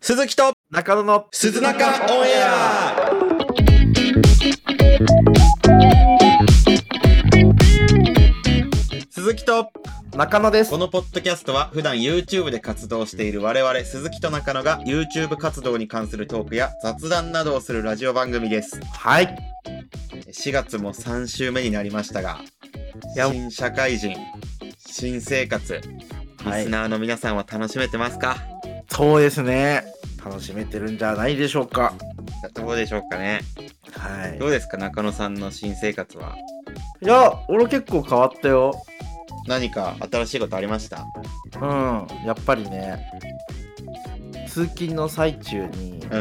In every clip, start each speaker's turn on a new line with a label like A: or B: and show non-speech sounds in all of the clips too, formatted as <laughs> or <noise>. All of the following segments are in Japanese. A: 鈴木と
B: 中野の
A: 鈴中オンエア鈴木と
B: 中野です
A: こ。のポッドキャストは普段 YouTube で活動している我々鈴木と中野が YouTube 活動に関するトークや雑談などをするラジオ番組です
B: はい。
A: 4月も3週目になりましたが
B: いや
A: 新社会人新生活リ
B: はい
A: スナーの皆さんは楽しめてますか、
B: そうですね。楽しめてるんじゃないでしょうか。
A: どうでしょうかね
B: はい
A: ど。うですか中野さんの新生活はい
B: や、俺結構変わったよ。
A: 何か新しいことありました
B: うん。やっぱりね。通勤の最中に
A: う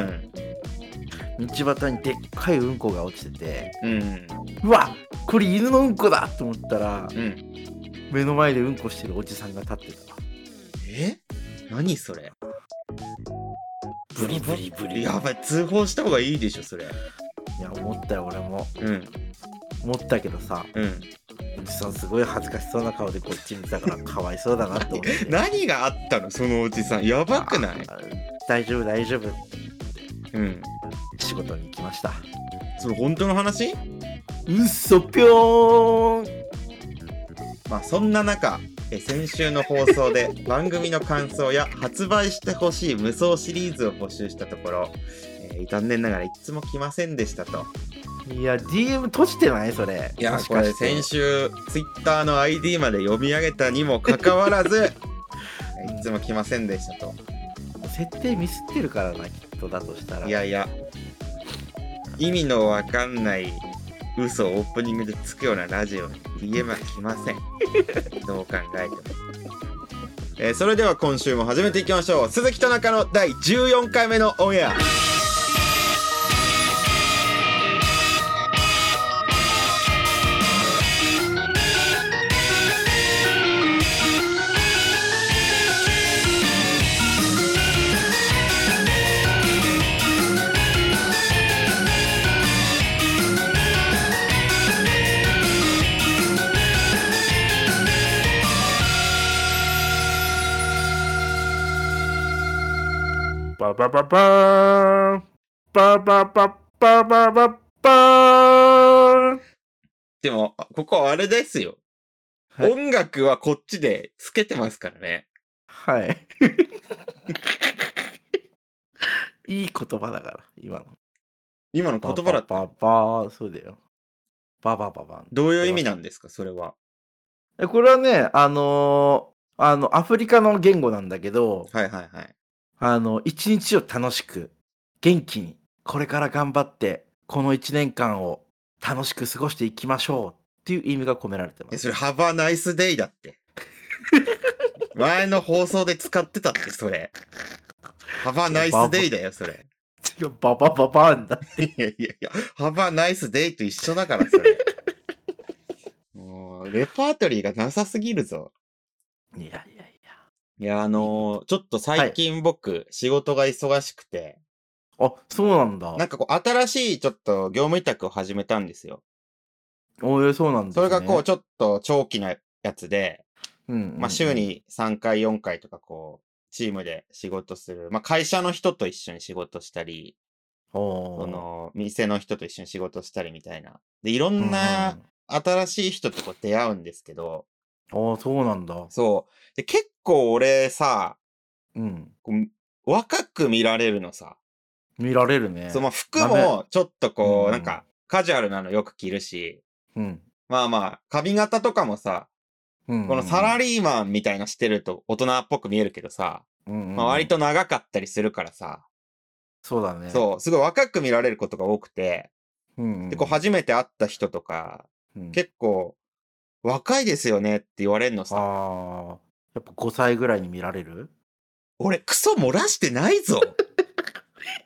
A: ん
B: 道端にでっかいうんこが落ちてて、
A: うん
B: うわこれ犬のうんこだと思ったら
A: うん
B: 目の前でうんこしてるおじさんが立ってた
A: え何それ
B: ブリブリブリい
A: やばい通報した方がいいでしょそれ
B: や思ったよ俺も
A: うん
B: 思ったけどさ
A: うん
B: おじさんすごい恥ずかしそうな顔でこっち見てたからかわいそうだなと思って
A: 何があったのそのおじさんやばくない
B: あ大丈夫大丈夫
A: うん
B: 仕事に行きました
A: それ本当の話
B: うっそぴょーん
A: まあそんな中え先週の放送 <laughs> で番組の感想や発売してほしい無双シリーズを募集したところ、えー残念ながらいつも来ませんでしたと
B: いや DM 閉じてないそれ
A: いや
B: もし
A: こ
B: か
A: れ
B: して
A: 先週 Twitter の ID まで読み上げたにもかかわら <laughs> ずえいつも来ませんでしたと
B: 設定ミスってるからなきっとだとしたら
A: いやいや意味のわかんない嘘をオープニングでつくようなラジオに DM は来ま
B: <laughs>
A: せんどう考えても、えーそれでは今週も始めていきましょう鈴木と中の第14回目のオンエア
B: ババババーンバババババババーン
A: でもあここはあれですよ、
B: はい
A: 音楽はこっちでつけてますからね
B: はいいい言葉だから今の
A: 今の言葉
B: ババ
A: だ
B: ババーそうだよババババン
A: どういう意味なんですかそれは
B: えこれはねあのーあのアフリカの言語なんだけど
A: はいはいはい
B: あの一日を楽しく元気にこれから頑張ってこの1年間を楽しく過ごしていきましょうっていう意味が込められてま
A: え
B: す
A: それ「ハバナイスデイ」だって <laughs> 前の放送で使ってたってそれ「ハバナイスデイ」だよそれ <laughs>
B: 違うババババーンだ
A: いやいやいや「ハバナイスデイ」と一緒だからそれ <laughs> もうレパートリーがなさすぎるぞ
B: いやいやいや
A: いやあのーちょっと最近僕、仕事が忙しくて
B: あそうなんだ
A: なんかこう新しいちょっと業務委託を始めたんですよ
B: おえそうなんです
A: そ
B: ね
A: れがこうちょっと長期なやつで
B: うんうんうん
A: まあ、週に3回、4回とか、こう、チームで仕事する。まあ、会社の人と一緒に仕事したり、
B: おー
A: その、店の人と一緒に仕事したりみたいな。で、いろ
B: うんうんん
A: な新しい人とこう出会うんですけど、
B: ああそうなんだ
A: そう。で、結構俺さ、
B: うん
A: こう若く見られるのさ。
B: 見られるね
A: そう、まあ、服
B: ダメ
A: もちょっと
B: う
A: こう、
B: ん
A: なんか、カジュアルなのよく着るし、
B: うん
A: まあまあ、髪型とかもさ、
B: うん
A: このサラ
B: リ
A: リーマンみたいなしてると大人っぽく見えるけどさ、
B: ー
A: まあ、割と長かったりするからさ、
B: そうだね
A: そう、すごい若く見られることが多くて、
B: うんうん
A: で、こう、初めて会った人とか、
B: うん
A: 結構、若いですよねって言われるのさ、
B: ああやっぱ5歳ぐらいに見られる
A: 俺、クソ漏らしてない
B: <laughs>
A: ぞ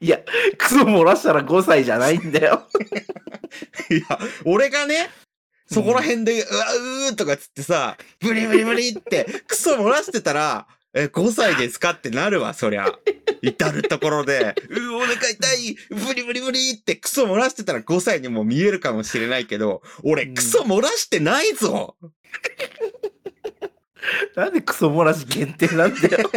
B: いやクソ漏らしたら5歳じゃないんだ <laughs> よ
A: いや、俺がね、そこら辺で、うわ、うーとかつってさ、ブリブリブリって、クソ漏らしてたら、え、5歳ですかってなるわ、そりゃ。至るところで、うー、お腹痛い、ブリブリブリって、クソ漏らしてたら5歳にも見えるかもしれないけど、俺、クソ漏らしてないぞ
B: なんでクソ漏らし限定なんだよ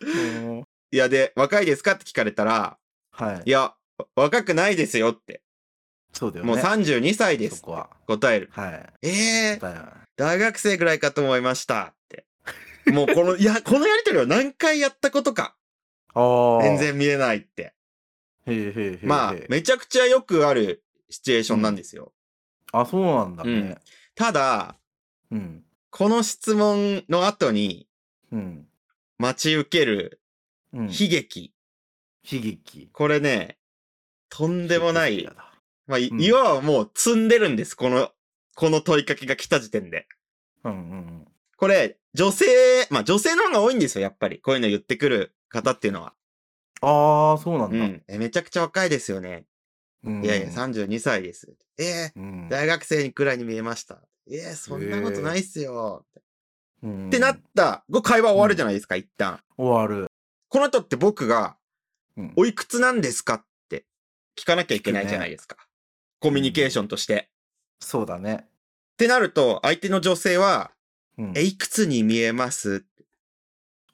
B: うん
A: いや、で、若いですかって聞かれたら、
B: はい
A: い。や、若くないですよって。
B: そうだよね。
A: もう32歳で
B: そ
A: す。
B: こは。
A: 答える。
B: はい。
A: ええ
B: だよ
A: 大学生ぐらいかと思いましたって。もうこの、いや、 <laughs> このやりとりを何回やったことか。
B: ああ。
A: 全。然見えないって。
B: へえへえへえ。
A: まあ、めちゃくちゃよくあるシチュエーションなんですよ。
B: あ、そうなんだね。
A: ただ、
B: うん。
A: この質問の後に
B: うん。
A: 待ち受ける
B: うん。
A: 悲劇。
B: 悲劇。
A: これね、とんでもな
B: 悲劇
A: い
B: だ。な
A: まあ、い
B: うん
A: いわばもう積んでるんです。この、この問いかけが来た時点で。
B: うんうんうん。
A: これ、女性、まあ女性の方が多いんですよ、やっぱり。こういうの言ってくる方っていうのは。
B: ああ、そうな
A: うん
B: だ。
A: ん。えめちゃくちゃ若いですよね。
B: うん
A: いやいや、32歳です。え
B: うん
A: ー、大学生くらいに見えました。えー、そんなことないっすよ。
B: うん
A: ってなった、ご会話終わるじゃないですか、一旦。
B: 終わる。
A: この後って僕が、
B: うん
A: おいくつなんですかって聞かなきゃいけないじゃないですか。コミュニケーションとして。っ
B: そうだね。
A: てなると、相手の女性は、
B: うん
A: え、いくつに見えます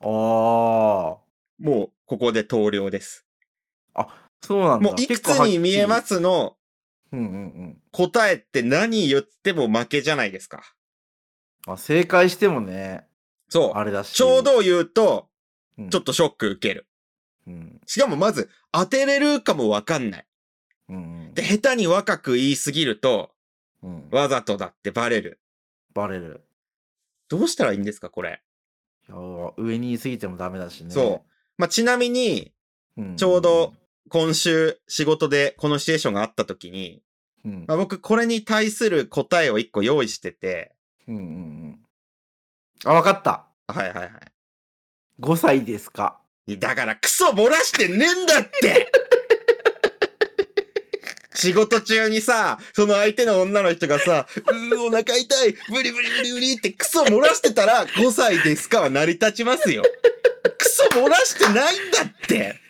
B: ああ。
A: もう、ここで投了です。
B: そうなんだ。
A: もう、いく
B: 結
A: つ
B: 構はっきり
A: に見えま。すの
B: うんうんうん。
A: 答えって何言っても負けじゃないですか。
B: あ、正解してもね、
A: そう。
B: あれだし。
A: ちょう、ど言うと、ちょっ
B: と。
A: とショック受ける。
B: うん。
A: しかもまず、当てれるかもわかんない。
B: うんうん
A: で、下手に若く言いすぎると、
B: うん。
A: わざとだってバレる。
B: バレる。
A: どうしたらいいんですか、これ。
B: いや上にいすぎてもダメだしね。
A: そまあ、ちなみに、
B: うん。
A: ちょうど今週仕事でこのシチュエーションがあった時に、
B: うん。うん
A: まあ、僕これに対する答えを一個用意してて、
B: うんうんうん。あ、わかった。
A: はいはいは
B: 5歳ですか。
A: い。だからクソ漏らしてねえんだって <laughs> 仕事中にさ、その相手の女の人がさ、うーお腹痛い、ブリブリブリブリってクソ漏らしてたら5歳ですかは成り立ちますよ。クソ漏らしてないんだって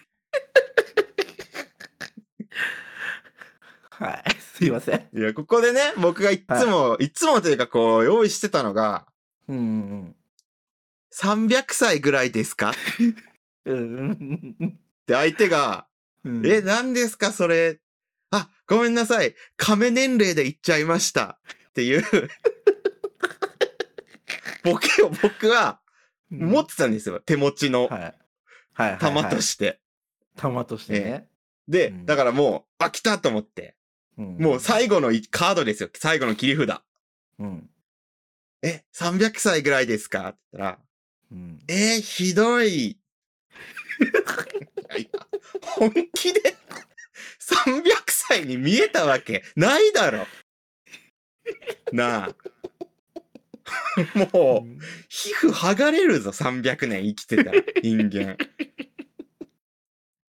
B: はい。 <laughs> すいません。
A: いや、ここでね、僕がいっつも、い、つもというかこう用意してたのが、
B: うんうん
A: 300歳ぐらいですか
B: うん。うんうん
A: で、相手が、
B: うん。
A: え、何ですか、それ。あ、ごめんなさい。亀年齢で言っちゃいました。っ
B: <laughs>
A: ていう、ボケを僕は
B: うん
A: 持ってたんですよ。手持ちの
B: はい。はい。
A: 玉と
B: して。
A: して。
B: 玉としてね。
A: で
B: う、ん
A: だからもう、あ、来たと思って。もう最後のいカードですよ。最後の切り札。
B: 後。うん。
A: え、300歳ぐらいですかって言ったら、
B: うん。
A: えー、ひどい。いやいや本気で <laughs> 300歳に見えたわけないだろ。なあ。 <laughs> もう、皮膚剥がれるぞ、300年生きてたら人間。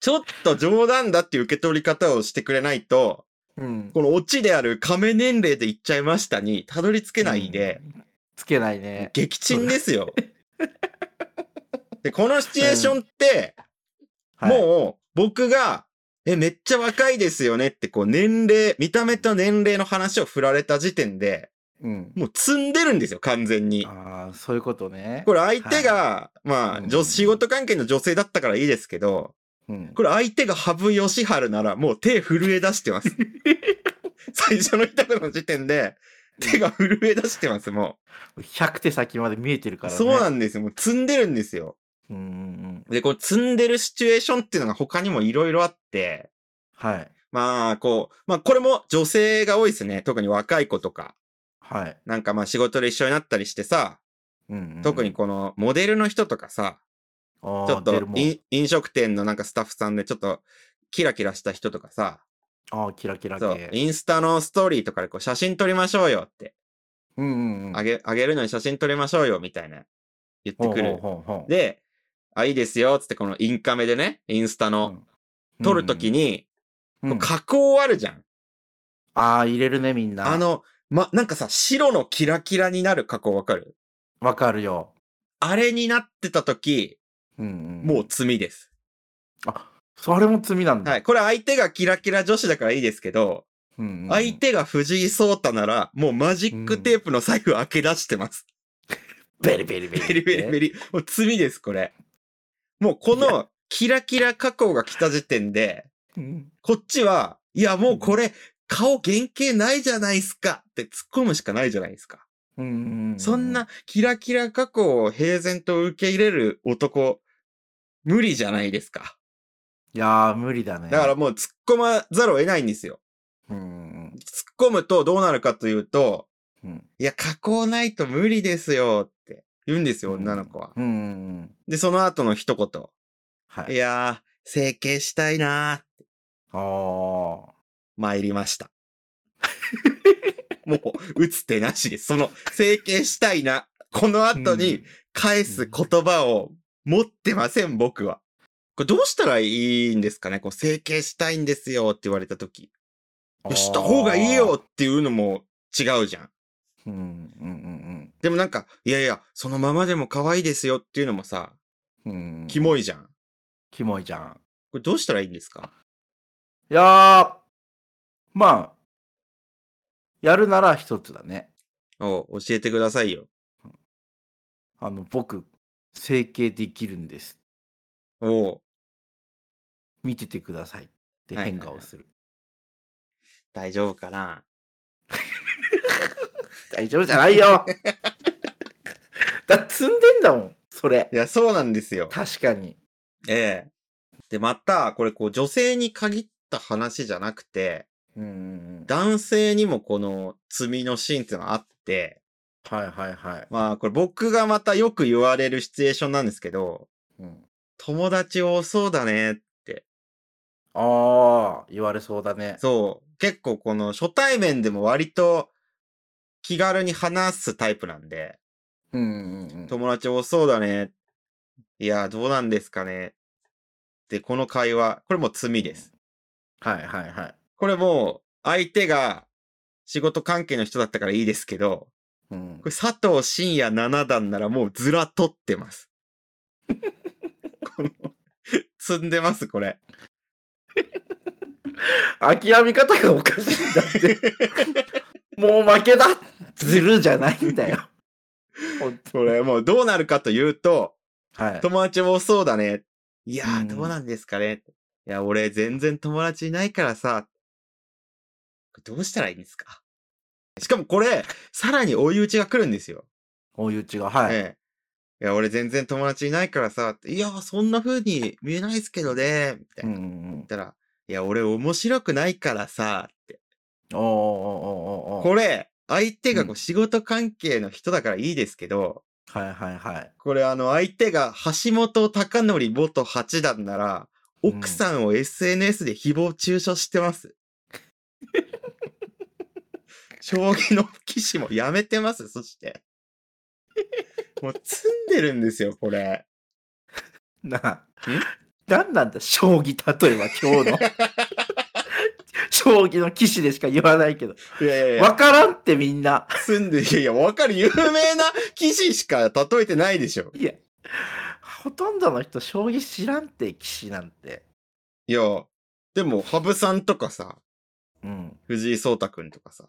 A: ちょっと冗談だっていう受け取り方をしてくれないと、
B: うん。
A: このオチである亀年齢で言っちゃいましたにたどり着けないで、
B: うん。つけないね。
A: 激沈ですよ。 <laughs> で、このシチュエーションって、
B: う。
A: もう僕が、え、めっちゃ若いですよねって、こう年齢、見た目と年齢の話を振られた時点で、
B: うん。
A: もう積んでるんですよ、完全に。
B: ああ、そういうことね。
A: これ相手が、まあ、
B: うん
A: 女仕事関係の女性だったからいいですけど、
B: うん。
A: これ相手が羽生善治ならもう手震え出し
B: <laughs>
A: てます。最初の一言の時点で、手が震え出してます、も
B: 100手先まで見えてる
A: う。
B: からね。
A: そうなんんですよ、もう積んでるんですよ。
B: うんうんうん。
A: で、こう、積んでるシチュエーションっていうのが他にもいろいろあって、
B: はい。
A: まあ、こう、まあ、これも女性が多いですね。特に若い子とか。
B: はい。
A: なんかまあ、仕事で一緒になったりしてさ、
B: うんうん
A: 特に、この、モデルの人とかさ、
B: ちょ
A: ちょっと飲、飲食店のなんかスタッフさんでちょっと、キラキラした人とかさ、
B: ああ、キラキラ
A: そう、
B: 系。
A: インスタのストーリーとかでこう、写真撮りましょうよって、
B: うんうんうん。
A: あげ、あげるのに写真撮りましょうよ、みたいな、言ってく
B: ほうほ
A: る。
B: うほうほう
A: で、あ、いいですよ、つってこのインカメでね、インスタ
B: う
A: の、
B: ん
A: 撮るときに、
B: うん
A: こう加工あるじゃん。
B: ああ、入れるね、みんな。
A: あ、の、ま、なんかさ、白のキラキラになる加工わかる
B: わかるよ。
A: あれになってた時、
B: うんうん。
A: もう、罪です。
B: あ、それも罪なんだ。
A: はい。これ相手がキラキラ女子だからいいですけど、
B: うんうんうん。
A: 相手が藤井聡太なら、もうマジックテープの財布開け出してます。
B: ベリベリベリ。
A: ベリベリベ
B: リ。
A: リ。もう罪です、これ。もうこのキラキラ加工が来た時点で、
B: うん
A: こっちは、いやもうこれ、顔原型ないじゃないですかって突っ込むしかないじゃないですか。
B: うん
A: そんなキラキラ加工を平然と受け入れる男、無理じゃないですか。
B: いやー無理だね
A: だからもう突っ込まざるを得ないんですよ。
B: うん
A: 突っ込むとどうなるかというと、
B: うん
A: いや、加工ないと無理ですよって言うんですよ、女の子は。
B: うんうん
A: で、その後の一
B: は
A: 言。
B: い
A: いやー、整形したいなーって
B: あー
A: 参り
B: <laughs>
A: ました。もう、打つ手なしです。その、整形したいな。この後に返す言葉を持ってません、僕は。これどうしたらいいんですかねこう、整形したいんですよって言われた時。
B: うん
A: した方がいいよっていうのも違うじゃん。
B: うんうん
A: でもなんか、いやいや、そのままでも可愛いですよっていうのもさ、
B: うんうんうん
A: キモいじゃん。
B: キモいじゃん
A: これどうしたらいいんですか
B: いやーまあやるなら一つだね
A: おう教えてくださいよ。
B: あの僕整形できるんです
A: おう
B: 見ててくださいって
A: はいはい
B: 変
A: はい
B: 化をする、
A: 大丈夫かな
B: 大丈夫じゃない
A: <laughs>
B: よだ積んでんだもんそれ
A: いや、そうなんですよ。
B: 確かに
A: ええ。で、また、これこう女性に限った話じゃなくて、
B: うんうん
A: 男性にもこの罪のシーンっていうのがあって、
B: うんはいはいはい、
A: まあこれ僕がまたよく言われるシチュエーションなんですけど、
B: うん、
A: 友達多そうだね。
B: ああ言われそうだね
A: そう。結構この初対面でも割と気軽に話すタイプなんで、
B: うんうんうん
A: 友達多そうだね。いや、どうなんですかね。で、この会話、これもう罪です。
B: はいはいはい
A: これもう、相手が仕事関係の人だったからいいですけど、
B: うん
A: これ佐藤真也七段ならもうずら取ってます。この、積んでます、これ。
B: 諦め方がおかしいんだって
A: <laughs>
B: もう負けだずるじゃないんだよほんと
A: これもうどうなるかというと、
B: はい
A: 友達多そうだね。いや
B: うん
A: ー、どうなんですかね。いや、俺全然友達いないからさ、これどうしたらいいんですかしかもこれ、さらに追い打ちが来るんですよ。
B: 追い打ちがはい、
A: ええ。いや、俺全然友達いないからさ、っていや、そんな風に見えないですけどね、みたい
B: うん
A: な。
B: う
A: 言
B: ん
A: ったら、いや、俺面白くないからさ、って。
B: うんおーおーおーおーおー
A: これ、相手がこ
B: う
A: うん仕事関係の人だからいいですけど、
B: はいはいはい
A: これあの、相手が橋本隆則元八段なら、
B: うん
A: 奥さんを SNS で誹謗中傷して <laughs> ます。将棋の棋士もやめてます、そして。もう積んでるんですよ、これ。
B: な <laughs> あ何なんだ将棋例えば今
A: <laughs>
B: 日の将棋の棋士でしか言わないけど
A: いやいやいや、
B: わからんってみんな
A: 住んで、いやいや、わかる。有名な棋士しか例えてないでしょ。
B: いやほとんどの人将棋知らんって棋士なんて
A: いや、でも、羽生さんとかさ、
B: うん
A: 藤井聡太くんとかさ。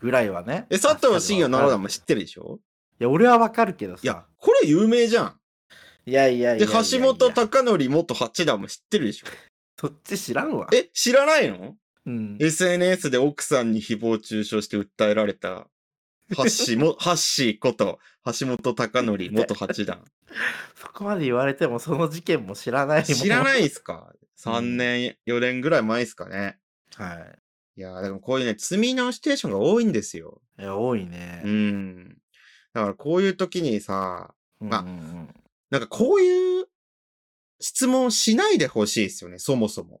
B: ぐらいはね
A: え、佐藤真也
B: な
A: 七
B: ら
A: 段も知ってるでしょ
B: いや俺はわかるけどさ
A: いや、これ有名じゃん。
B: いやいやいやい
A: で、
B: やいや
A: 橋本隆則元八段も知ってるでしょ
B: <laughs> そっち知らんわ。
A: え、知らないの
B: うん、
A: ?SNS で奥さんに誹謗中傷して訴えられた、ハッシ
B: <laughs>
A: ーも、ハッシーこと、橋本隆則元
B: <laughs>
A: 八段。
B: そこまで言われてもその事件も知らないもん。。
A: 知らないいですか ?3 年、4年ぐらい前ですかね。
B: はい
A: やー、でもこういうね、積み直しテーションが多いんですよ。
B: い。いや多いね。
A: うん。だからこういう時にさ、
B: うん
A: あ
B: うん
A: なんかこういう質問しないでほしいですよね、そもそも。
B: うん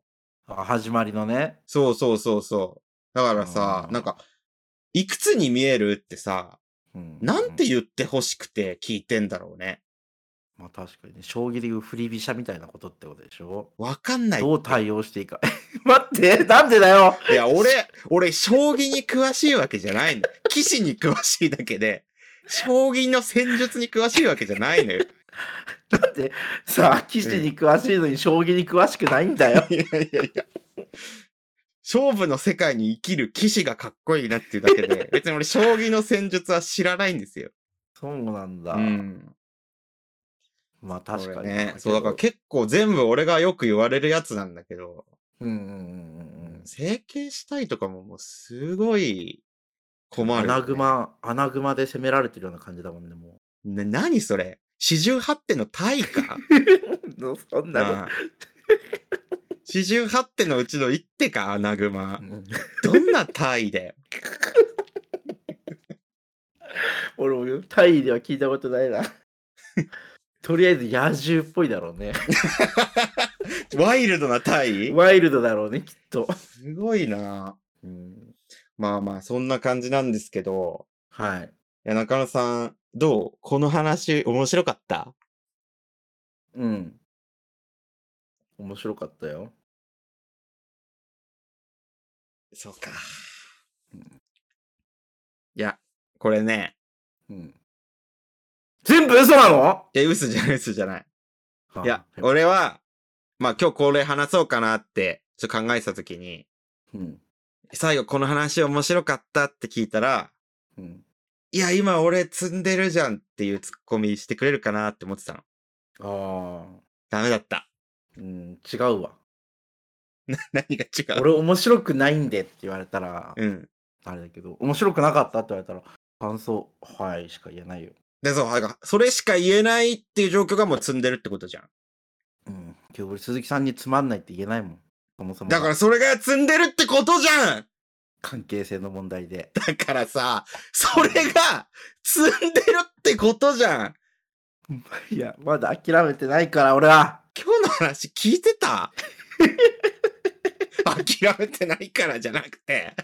B: あ始まりのね。
A: そうそうそうそう。だからさ
B: あ、ー
A: なんか、いくつに見えるってさ、
B: うん
A: なんて言ってほしくて聞いてんだろうね。
B: まあ確かにね、将棋でいう振り飛車みたいなことってことでしょ。
A: わかんない。
B: どう対応していいか。待って、なんでだよ。
A: いや、俺、俺、将棋に詳しいわけじゃないの。 <laughs> 棋士に詳しいだけで、将棋の戦術に詳しいわけじゃないのよ。
B: だってさあ、棋士に詳しいのに将棋に詳しくないんだよ。
A: いやいやいや。勝負の世界に生きる騎士がかっこいいなっていうだけで、別に俺、将棋の戦術は知らないんですよ。
B: そうなんだ。
A: うん。
B: まあ確か
A: 俺
B: に。
A: ね。
B: けど
A: そう、だから結構全部俺がよく言われるやつなんだけど、
B: うんうんうんうん。
A: 整形したいとかももうすごい困る、ね。
B: 穴熊、穴熊で攻められてるような感じだもんね、も
A: な、何それ四十八点の体か
B: う。 <laughs> そん
A: <laughs> なあ四十八点のうちの一手か、アナグマ。
B: の。
A: どんな体だよ。
B: <laughs> 俺もタイでは聞いたことないな。 <laughs> とりあえず野獣っぽいだろうね。
A: <laughs> ワイルドな体
B: ワイルドだろうね、きっと。
A: すごいな。
B: うん、
A: まあまあ、そんな感じなんですけど、
B: はい。
A: いや、中野さん、どうこの話、面白かった
B: うん。面白かったよ。
A: そうか
B: うん。
A: いや、これね、
B: うん、全部嘘なの
A: いや、嘘じゃない、嘘じゃない。いや、
B: あ
A: 俺は、まあ今日これ話そうかなって、ちょっと考えてたときに、
B: うん。
A: 最後この話面白かったって聞いたら、
B: うん。
A: いや、今俺積んでるじゃんっていうツッコミしてくれるかなって思ってたの。
B: ああ。
A: ダメだった。 <laughs>
B: うん、違うわ。
A: 何が違う
B: 俺面白くないんでって言われたら、
A: うん。
B: あれだけど、面白くなかったって言われたら、感想、はい、しか言えないよ。
A: で、そう、だからそれしか言えないっていう状況がもう積んでるってことじゃん。
B: うん。今日俺、鈴木さんにつまんないって言えないもん。そもそも。
A: だからそれが積んでるってことじゃん
B: 関係性の問題で。 <laughs>
A: だからさ、それが積んでるってことじゃん
B: いや、まだ諦めてないから、俺は。
A: 今日の話聞いてた諦めてないからじゃなくて。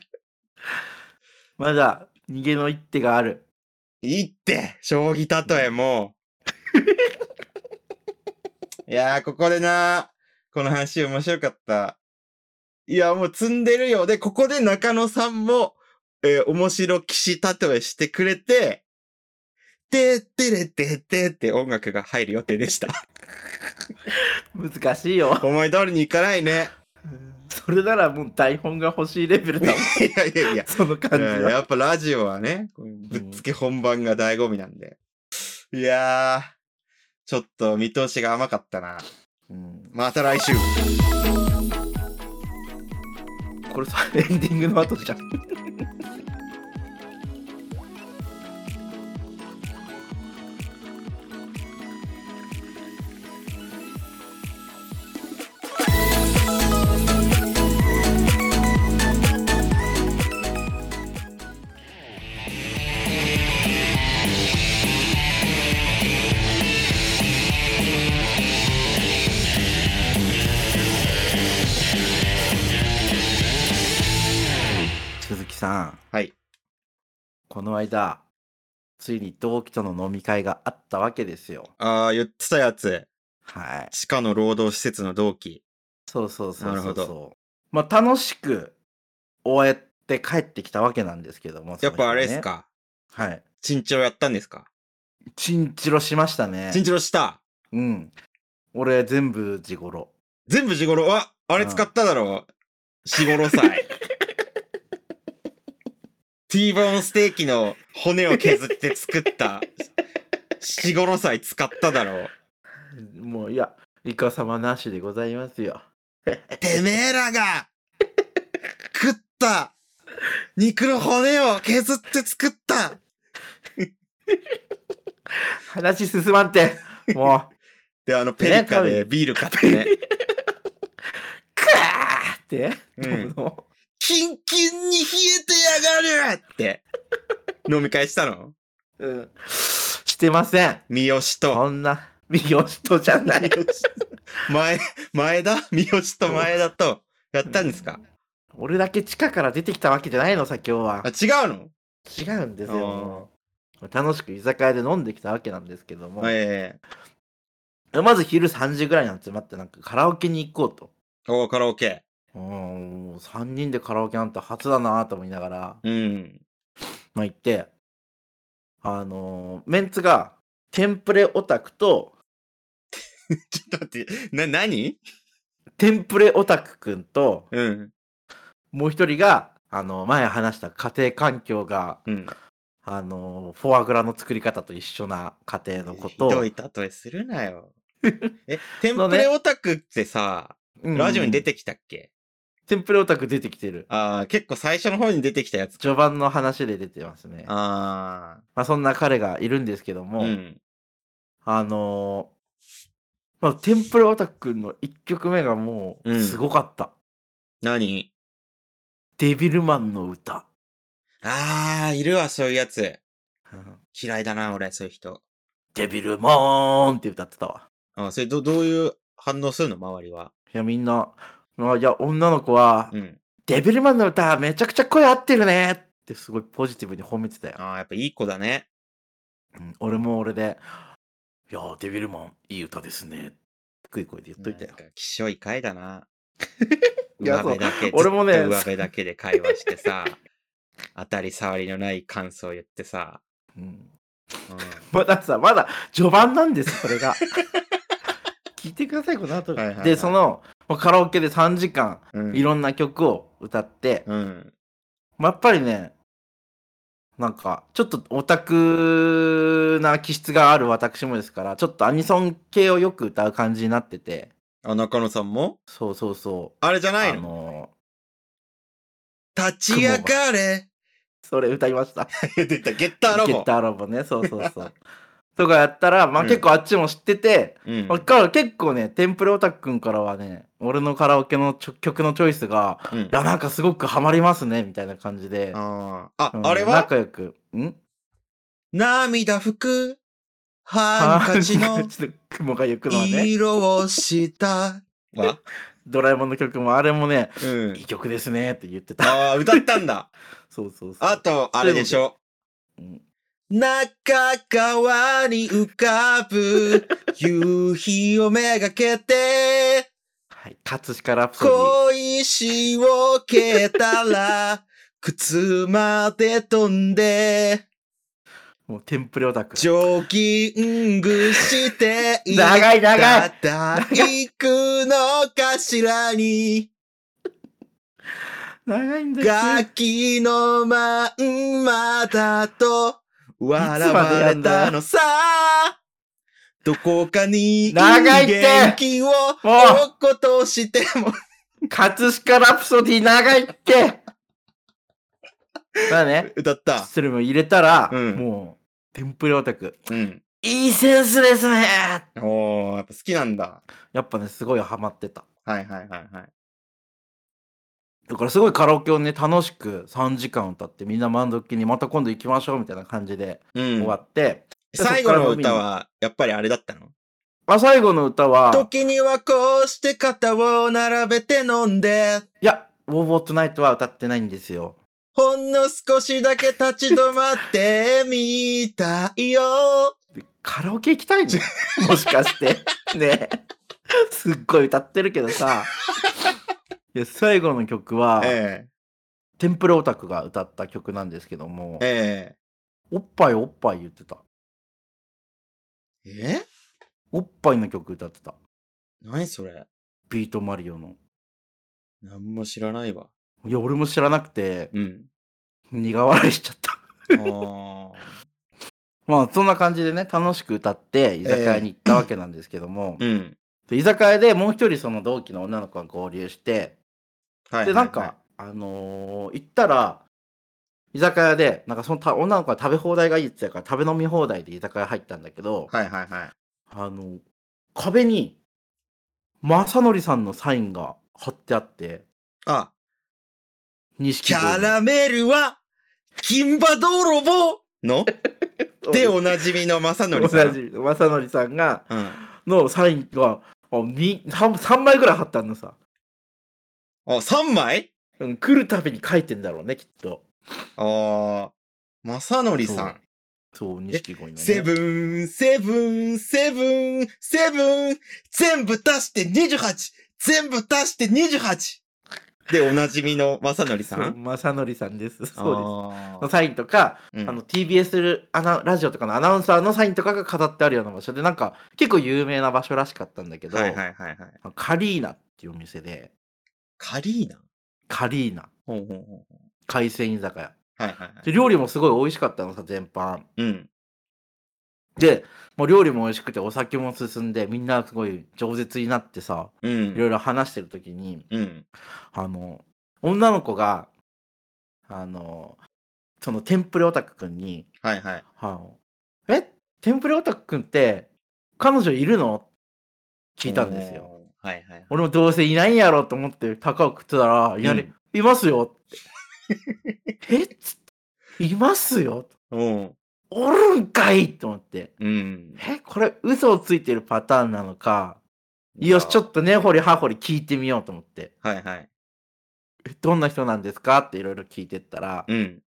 B: まだ、逃げの一手がある。
A: いいって、将棋たとえもう。いやー、ここでな、この話面白かった。いや、もう積んでるよ。で、ここで中野さんも、えー面白騎士たとえしてくれて、てーてれてーてーって音楽が入る予定でした。
B: 難しいよ。
A: 思い通りにいかないね。
B: それならもう台本が欲しいレベル
A: <laughs>
B: だもん。
A: いやいやいや。
B: その感じ
A: うん
B: は。
A: やっぱラジオはね、こうぶっつけ本番が醍醐味なんで。いやー、ちょっと見通しが甘かったな。
B: うん、
A: また来週。
B: これさ、エンディングの後じゃん。鈴木さん、
A: はい。
B: この間、ついに同期との飲み会があったわけですよ。
A: あー、言ってたやつ。
B: はい。
A: 地下の労働施設の同期。
B: そうそうそうそうそう。
A: なるほど
B: まあ、楽しく終えて帰ってきたわけなんですけども。
A: やっぱあれです
B: その
A: か
B: 日はねはい。
A: チンチロやったんですか
B: チンチロしましたね
A: チ。ンチロした
B: うん。俺、全部地頃。
A: 全部地頃は、あれ使っただろう。死頃祭。T ボーンス <laughs> テーキの骨を削って作った死頃祭使っただろう。
B: もう、いや、イカ様なしでございますよ。
A: てめえらが食った肉の骨を削って作った
B: 話進まんて。
A: <laughs>
B: もう、
A: で、あの、ペリカでビール買ってね。
B: クワーって、
A: うん
B: も
A: キンキンに冷えてやがるって。飲み会したの
B: <laughs> ううん、してません。
A: 三好と。
B: こんな、美容師とじゃない。
A: 前、前田三好と前田と。やったんですか
B: 俺だけ地下から出てきたわけじゃないのさ、今日は
A: あ、。違う
B: 違うんですよもう。楽しく居酒屋で飲んできたわけなんですけども、
A: のえ
B: まず昼3時ぐらいに集まって、なんかカラオケに行こうと。
A: えおカラオケ。
B: うん、もう3人でカラオケなんて初だなと思いながら、
A: うん。
B: まあ、行って、あのーメンツが、テンプレオタクと、
A: ちょっと待って、な、何
B: テンプレオタクくんと、
A: うん。
B: もう一人が、あの、前話した家庭環境が、
A: うん。
B: あの、フォアグラの作り方と一緒な家庭のことを。
A: ひどい例えする
B: <laughs>
A: なよ。え、テンプレオタクってさ、
B: うん
A: ラジオに出てきたっけ、
B: テンプレオタク出てきてる。
A: ああ、結構最初の方に出てきたやつ。
B: 序盤の話で出てますね。ま
A: あ
B: あ、そんな彼がいるんですけど
A: あ、
B: も、
A: うん。
B: あのーまあ、テンプレオタクの1曲目がも
A: う
B: うんすごかった。
A: 何
B: デビルマンの歌。
A: ああ、いるわ、そういうやつ。嫌いだな、俺、そういう人。
B: デビルマンって歌ってたわ。
A: あーそれど、どういう反応するの周りは。
B: いや、みんな、あいや、女の子は、
A: うん。
B: デビルマンの歌めちゃくちゃ声合ってるねってすごいポジティブに褒めてたよ。
A: ああ、やっぱいい子だね。
B: うん俺も俺で、いやー、デビルマン、いい歌ですね。低い声で言っといたよ
A: なん。か、きしょい回だ <laughs> な。
B: い
A: 上
B: やそう
A: 辺だけ、
B: 俺もね
A: ずっと上辺だけで会話してさ、 <laughs> 当たり障りのない感想言ってさ、
B: うん
A: うん
B: まださ、まだ序盤なんです、これが。 <laughs> 聞いてください、この後。
A: はいはいはい
B: で、その、もうカラオケで3時間、
A: うん
B: いろんな曲を歌って、
A: うん。
B: まあやっぱりね、なんか、ちょっとオタクな気質がある私もですから、ちょっとアニソン系をよく歌う感じになってて、
A: あ、中野さんも
B: そうそうそう。
A: あれじゃない
B: あ
A: の
B: の
A: 立ち上がれ
B: ーそれ歌いました。
A: <laughs> 出た、ゲッターロ
B: ゲ
A: ボ。
B: ッターロボね、そうそう
A: <laughs>
B: そう。とかやったら、まあ
A: うん
B: 結構あっちも知ってて、
A: うん
B: だから結構ね、テンプレオタクくんからはね、俺のカラオケのちょ曲のチョイスが、
A: うん
B: いや、なんかすごくハマりますね、みたいな感じで。
A: あーあ、
B: うん
A: あれは
B: 仲良く。ん
A: 涙拭くハンカチ
B: ハン <laughs>
A: の
B: カチの雲が行くのはね、
A: 色をした。 <laughs> わ。
B: ドラえもんの曲もあれもね、
A: うん
B: いい。曲ですねって言ってた。
A: ああ、歌ったんだ。
B: そうそうそう。
A: あと、あれでしょ。
B: うん
A: 中川に浮かぶ夕日をめがけて
B: はい。葛飾ラプソディ。
A: 恋しをけたら靴まで飛んで
B: もうテンプレオタク。
A: ジョギングしてい
B: 長い長い
A: ただ行くのかしらに
B: 長いんですよ。
A: ガキのまんまだと笑われたのさ。どこかに
B: 長いって
A: 元気を置くことしても。
B: 葛飾ラプソディ長いって <laughs> まあね、
A: 歌った。
B: それも入れたら、
A: うん
B: もう、テンプレオタク。
A: うん。
B: いいセンスですね
A: おー、やっぱ好きなんだ。
B: やっぱね、すごいハマってた。
A: はいはいはいはい。
B: だからすごいカラオケをね、楽しく3時間歌って、みんな満足にまた今度行きましょうみたいな感じで
A: う
B: 終わ
A: ん。
B: って、
A: 最後の歌は、やっぱりあれだったの
B: まあ最後の歌は、
A: 時にはこうして肩を並べて飲んで、
B: いや、ウォーボートナイトは歌ってないんですよ。
A: ほんの少しだけ立ち止まってみたいよ。
B: カラオケ行きた <laughs> いのもしかして。ねえすっごい歌ってるけどさ。いや最後の曲は、
A: え
B: テンプレオタクが歌った曲なんですけども
A: え。、え
B: おっぱいおっぱい言ってた。
A: え。え
B: おっぱいの曲歌ってた。
A: 何それ
B: ビートマリオの。
A: 何も知らないわ。
B: いや、俺も知らなくて、
A: うん。
B: 苦笑いしちゃった。 <laughs>
A: ああ。
B: まあ、そんな感じでね、楽しく歌って、居酒屋に行ったわけなんですけども、
A: うん。
B: で居酒屋でもう一人その同期の女の子が合流して、
A: はい。
B: で、なんか、、あのー行ったら、居酒屋で、なんかそのた女の子は食べ放題がいいって言ってたから、食べ飲み放題で居酒屋入ったんだけど、
A: はいはいはい。
B: あの、壁に、まさのりさんのサインが貼ってあって、
A: あ、
B: 錦
A: キ
B: 鯉の
A: ャラメルは、金馬泥棒の <laughs>
B: <laughs>
A: で、おなじみの正則さん。
B: おなじみのまさのりさんが、
A: うん。
B: のサインが、あに 3, 三枚ぐらい貼ってあるのさ。
A: あ、3枚
B: うん来るたびに書いてんだろうね、きっと。
A: ああ。正則さん。
B: そう、錦鯉の、ね。
A: セブン、セブン、セブン、セブン、全部足して28、全部足して28。で、おなじみの正則さ
B: さん。
A: ん。
B: まさのりさんです。そうです。の
A: う
B: サインとか、
A: です
B: あの TBS アナラジオとかのアナウンサーのサインとかが飾ってあるような場所でなんか結構有名な場所らしかったんだけど、
A: はいはいはいはい。
B: カリーナっていうお店で
A: カリーナ
B: カリーナ
A: ほうほうほう
B: 海鮮居酒屋
A: はいはいはい。
B: で料理もすごい美味しかったのさ、全般。
A: うん。
B: で、もう料理も美味しくて、お酒も進んで、みんなすごい饒舌になってさ、
A: う
B: いろ
A: ん。
B: いろ話してる時に、
A: うん。
B: あの、女の子が、あの、そのテンプレオタクくんに、
A: はいはい。
B: あのえテンプレオタクくんって、彼女いるの聞いたんですよ。
A: おー。はいはい。
B: 俺もどうせいないんやろと思って、高を食ってたら、いや
A: う
B: ね、いますよって。えっつっていますよ
A: おう
B: おるんかいと思って。
A: うん。
B: えこれ嘘をついてるパターンなのかよしちょ
A: っ
B: っと根掘り葉掘り聞いてみようと思って
A: と。はいはい。
B: えどんな人なんですかっていろいろ聞いてったら
A: うん。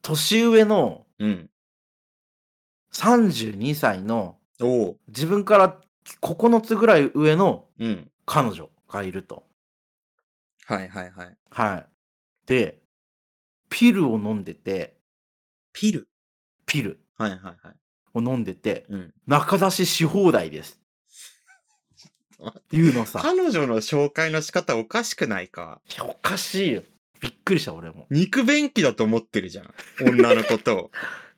B: 年上の
A: うん。
B: 32歳の
A: おう。
B: 自分から9つぐらい上の
A: うん。
B: 彼女がいると
A: はいはいはい。
B: はいでピルを飲んでて
A: ピル。
B: ピル
A: はいはいはい。
B: を飲んでて
A: うん。
B: 中出しし放題ですっていうのさ
A: 彼女の紹介の仕方おかしくないか。
B: いやおかしいよびっくりした俺も
A: 肉便器だと思ってるじゃん。女のこと
B: <laughs>
A: を。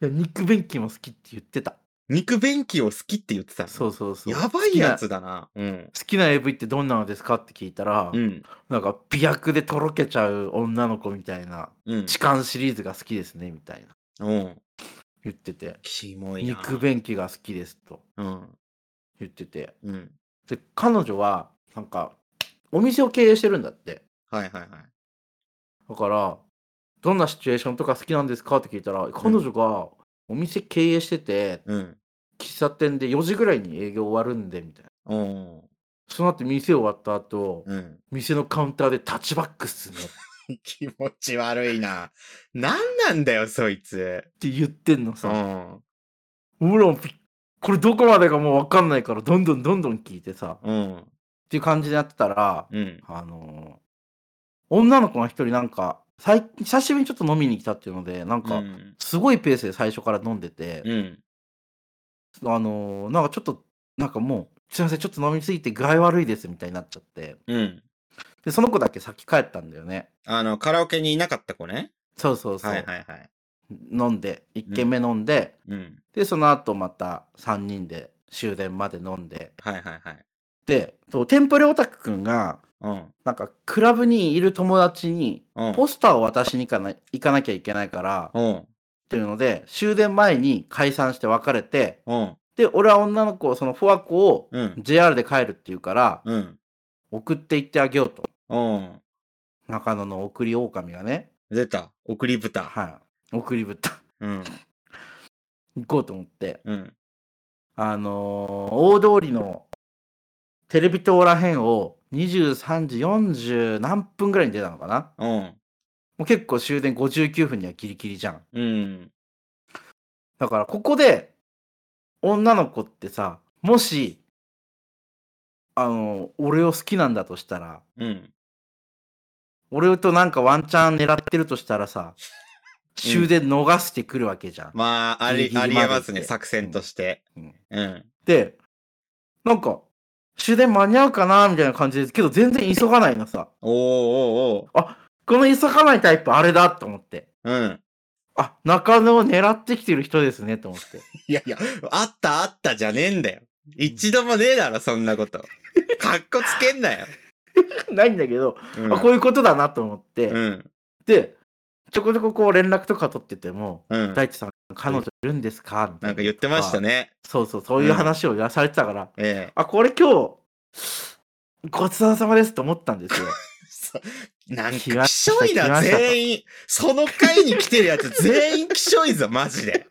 B: いや肉便器も好きって言ってた
A: 肉便器を好きって言ってたの。
B: そうそうそう。
A: やばいやつだな。うん。
B: 好きな。好きな AV ってどんなのですかって聞いたら、
A: うん。
B: なんか美薬でとろけちゃう女の子みたいな、
A: うん。
B: 痴漢シリーズが好きですねみたいな
A: うん。
B: 言ってて、
A: キモいな。
B: 肉便器が好きですと
A: うん。
B: 言ってて、
A: うん。
B: で彼女はなんかお店を経営してるんだって。
A: はいはいはい。
B: だからどんなシチュエーションとか好きなんですかって聞いたら、彼女がお店経営してて
A: うん。
B: 喫茶店で4時ぐらいに営業終わるんでみたいな。
A: おー
B: そうなって店終わった後、
A: うん。 <laughs>
B: 店のカウンターでタッチバックっすね
A: 気持ち悪いな。なんなんだよ、そいつ。
B: って言ってんの
A: う
B: さ、
A: ん。
B: 俺もびっこれどこまでかもう分かんないからどんどんどんどん聞いてさっ
A: うん。
B: ていう感じでやってたら、
A: うん。
B: あのー女の子が一人なんか最近久しぶりにちょっと飲みに来たっていうのでなん
A: う
B: か
A: ん。
B: すごいペースで最初から飲んでて、
A: うん。
B: あのーなんかちょっとなんかもうすいませんちょっと飲みすぎて具合悪いですみたいになっちゃって
A: うん。
B: でその子だけ先帰ったんだよね
A: あの、カラオケにいなかった子ね。
B: そうそうそう、
A: はいはいはい。
B: 飲んで1軒目飲んで、
A: うん。
B: でその後また3人で終電まで飲んで
A: はいはいはい。
B: で、そうテンプレオタクくんが、
A: うん。
B: なんか、クラブにいる友達に、
A: うん。
B: ポスターを渡しに行かな行かなきゃいけないから、っ
A: うん。
B: ていうので、終電前に解散して別れて、
A: うん。
B: で、俺は女の子、そのフォア子を
A: うん。
B: JR で帰るっていうから、
A: うん。
B: 送って行ってあげようと。
A: うん。
B: 中野の送り狼がね、
A: 出た。送り豚。
B: はい。送り豚、
A: うん。
B: 行こうと思って、
A: うん。
B: あのー大通りのテレビ塔らへんを23時40何分ぐらいに出たのかな
A: うん。
B: もう結構終電59分にはギリギリじゃん。
A: うん。
B: だからここで女の子ってさ、もし、あの、俺を好きなんだとしたら、
A: うん。
B: 俺となんかワンチャン狙ってるとしたらさ、終電逃してくるわけじゃん。
A: まあ、あ
B: ギリ
A: り、
B: ギリ
A: ありえま
B: ま
A: す
B: で
A: ね、
B: って
A: 作戦として。
B: うん
A: うん。
B: で、なんか、終電間に合うかなみたいな感じですけど、全然急がないのさ。
A: おーおー
B: この急がないタイプあれだと思って。
A: お
B: <laughs>
A: ーうん。
B: あ、中野を狙ってきてる人ですね、と思って。 <laughs>
A: いやいや、あったあったじゃねえんだよ。一度もねえだろ、そんなこと。かっこつけんなよ。
B: ないんだけど、
A: うん。
B: あこういうことだなと思って、
A: うん。
B: で、ちょこちょここう連絡とか取ってても、
A: うん。
B: 大地さん、彼女いるんですかみたい
A: なんか言ってました
B: ね。
A: ね。
B: そうそう、そういう話をやされてたから、
A: ええ。
B: あ、これ今日、ごちそうさまですと思ったん
A: <laughs>
B: ですよ。
A: そなん
B: 来ま
A: か、き
B: し
A: したょい
B: 来
A: な、
B: ましたと
A: 全員。その回に来てるやつ、全員きしょいぞ、マジで。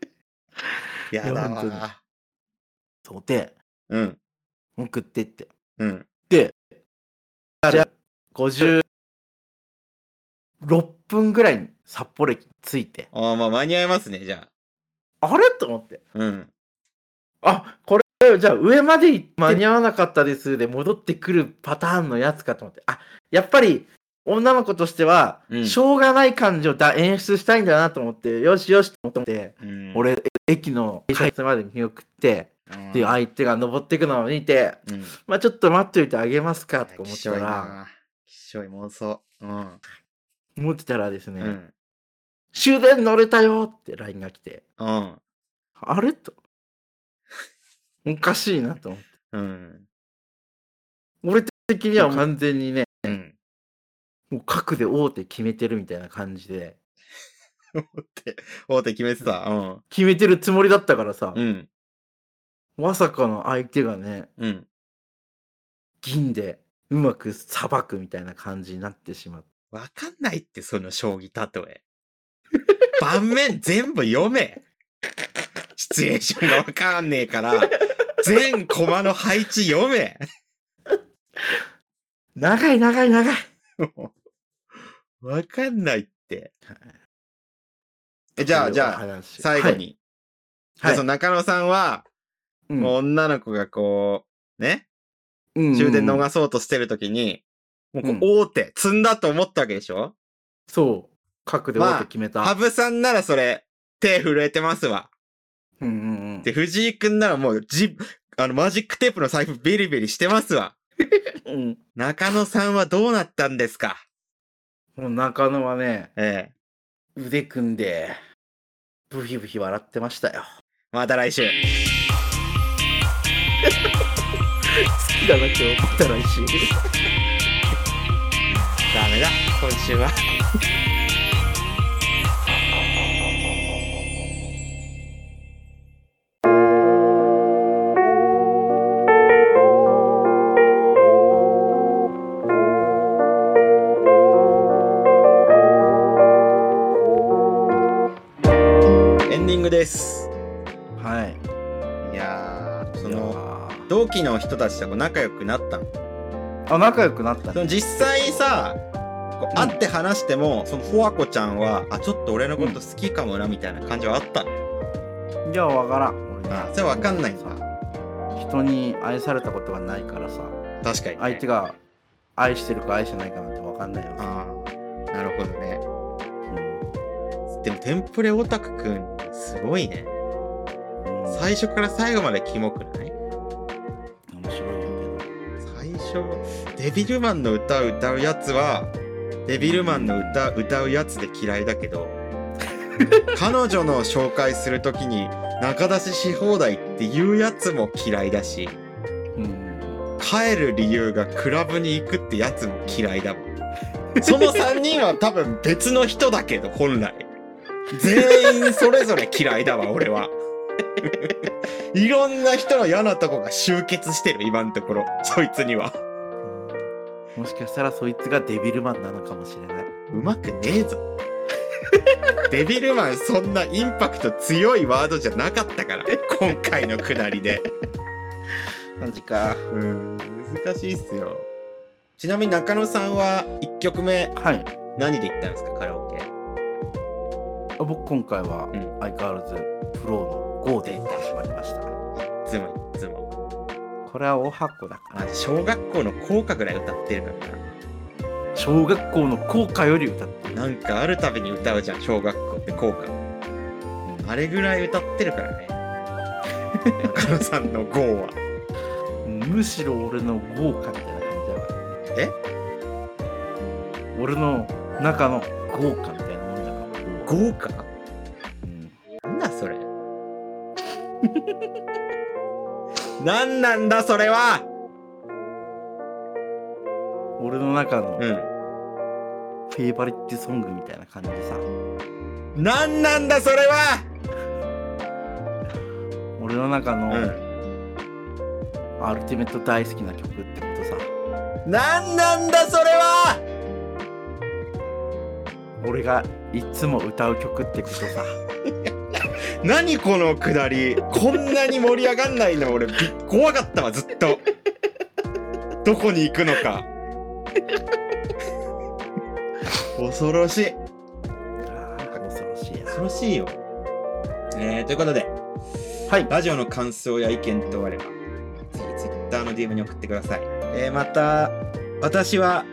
A: やだ
B: いや本当に
A: わ。
B: そうで、
A: うん。
B: 送ってって。
A: うん。
B: で、じゃあ、56分ぐらいに札幌駅着いて、
A: ああ、まあ、間に合いますね、じゃ
B: あれと思って、
A: あ。うん。
B: あ、これ、じゃあ上まで行って間に合わなかったですで戻ってくるパターンのやつかと思って。あ、やっぱり女の子としては、
A: うん
B: しょうがない感じをだ演出したいんだなと思って、よしよしと思って、
A: うん、
B: 俺、駅の改札まで見送って、
A: うん、
B: で、相手が登ってくのを見て、
A: うん、
B: まあちょっと待っといてあげますかとか
A: き
B: 思っ
A: したょい
B: ら、
A: な。きしょい妄想。うん。
B: 思ってたらですね、
A: うん。
B: 終電乗れたよって LINE が来て、
A: うん。
B: あれと。おかしいなと思って。
A: うん。
B: 俺的には完全にね、
A: うん。 <laughs>
B: もう核で大手決めてるみたいな感じで、
A: 大手決めてた。うん。
B: 決めてるつもりだったからさ、
A: うん。
B: まさかの相手がね、
A: うん。
B: 銀でうまく裁くみたいな感じになってしまって。
A: わかんないって、その将棋たとえ。盤面全部読め。シチュエーションがわかんねえから、全駒の配置読め。
B: 長い長い長い
A: もうわかんないって。えじゃあ、じゃあ、
B: あ、
A: 最後。に。じゃ
B: は
A: あ
B: い。
A: その中野さんは、もう女の子がこう、ね、終電
B: が
A: 逃そうとしてるときに、もうこ
B: うん
A: う大手、積んだと思ったわけでしょ
B: そう。核で大手決めた。
A: 羽生さんならそれ、手震えてますわ。
B: うんうんうん
A: で、藤井くんならもう、じ、あの、マジックテープの財布ビリビリしてますわ。
B: うん。
A: 中野さんはどうなったんですか
B: もう中野はね、
A: ええ
B: 腕組んで、ブヒブヒ笑ってましたよ。
A: また来週。
B: 好きだな、今日。また来週。
A: ダメだ、今週は。エンディングです。
B: はい。
A: いやー、そ
B: い
A: の
B: や
A: 同期の人たちとこう仲良くなったの。
B: ーあ、仲良くなった
A: そ
B: ね。
A: の実際さこう
B: うん
A: 会って話しても、そのフォアコちゃんはあちょっと俺のこと好きかもなみたいな感じはあった、
B: いや、わからん。俺ね
A: あそれわかんないんだ
B: 人に愛されたことがないからさ、
A: 確かに、ね、
B: 相手が愛してるか愛してないかなんてわかんないよ。
A: ああなるほどね
B: うん
A: でもテンプレオタクくんすごいね
B: うん
A: 最初から最後までキモくない
B: 面白いよけど。
A: 最初デビルマンの歌を歌うやつはデビルマンの歌歌うやつで嫌いだけど彼女の紹介するときに仲出しし放題っていうやつも嫌いだし
B: うんうん
A: 帰る理由がクラブに行くってやつも嫌いだもん。その3人は多分別の人だけど、本来。全員それぞれ嫌いだわ、俺は。いろんな人の嫌なとこが集結してる、今のところ。そいつには。
B: うんもしかしたらそいつがデビルマンなのかもしれない。
A: うまくねえぞ。デビルマンそんなインパクト強いワードじゃなかったから、今回のくだりで。
B: マジか。
A: うん、難しいっすよ。ちなみに中野さんは1曲目
B: はい。
A: 何で行ったんですか、カラオケ。
B: あ僕今回は
A: うん
B: 相変わらずフローの GO で始まりました
A: いつもいつも。
B: これは大箱だか
A: あ
B: ら
A: 小学校の校歌ぐらい歌ってるから
B: 小学校の校歌より歌ってる
A: な。なんかあるたびに歌うじゃん、小学校って校歌。あれぐらい歌ってるからね。中野さんの号は。
B: むしろ俺の GO 歌みたいな感じだから
A: え
B: 俺の中の GO 歌みたいなもんだから
A: 豪華
B: うん
A: なんだそれ。なんなんだそれは
B: 俺の中のフ
A: う
B: ェイバリットソングみたいな感じでさ
A: ん。なんなんだそれは
B: 俺の中
A: う
B: の
A: ん。
B: アルティメット大好きな曲ってことさ
A: なんなんだそれは
B: 俺がいつも歌う曲ってことさ
A: 何このくだり。こんなに盛り上がんないの俺び怖かったわ、ずっと。どこに行くのか。恐ろしい。
B: あー恐ろしいな
A: 恐ろしいよ。えー、ということで、
B: はい
A: ラジオの感想や意見とあれば、ぜひ Twitter の DM に送ってください。えー、また、私は、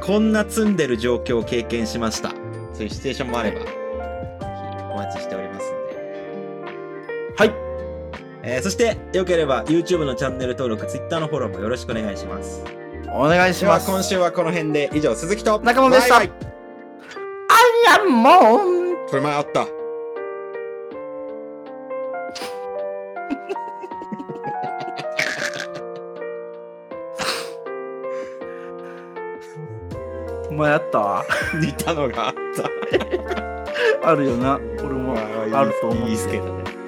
A: こんな積んでる状況を経験しました。そういうシチュエーションもあれば、ぜひお待ちしておりますので。
B: はい
A: えー、そして、よければ YouTube のチャンネル登録、Twitter のフォローもよろしくお願いします。
B: お願いし
A: では、
B: ます
A: 今週はこの辺で、以上、鈴木と
B: 中野でした
A: バイバイ
B: アイアンモン
A: それ前あった。 <laughs>
B: お前あった
A: 似たのがあった。
B: あるよな俺も
A: まあ
B: あると思うん
A: いいっす
B: で
A: けどね。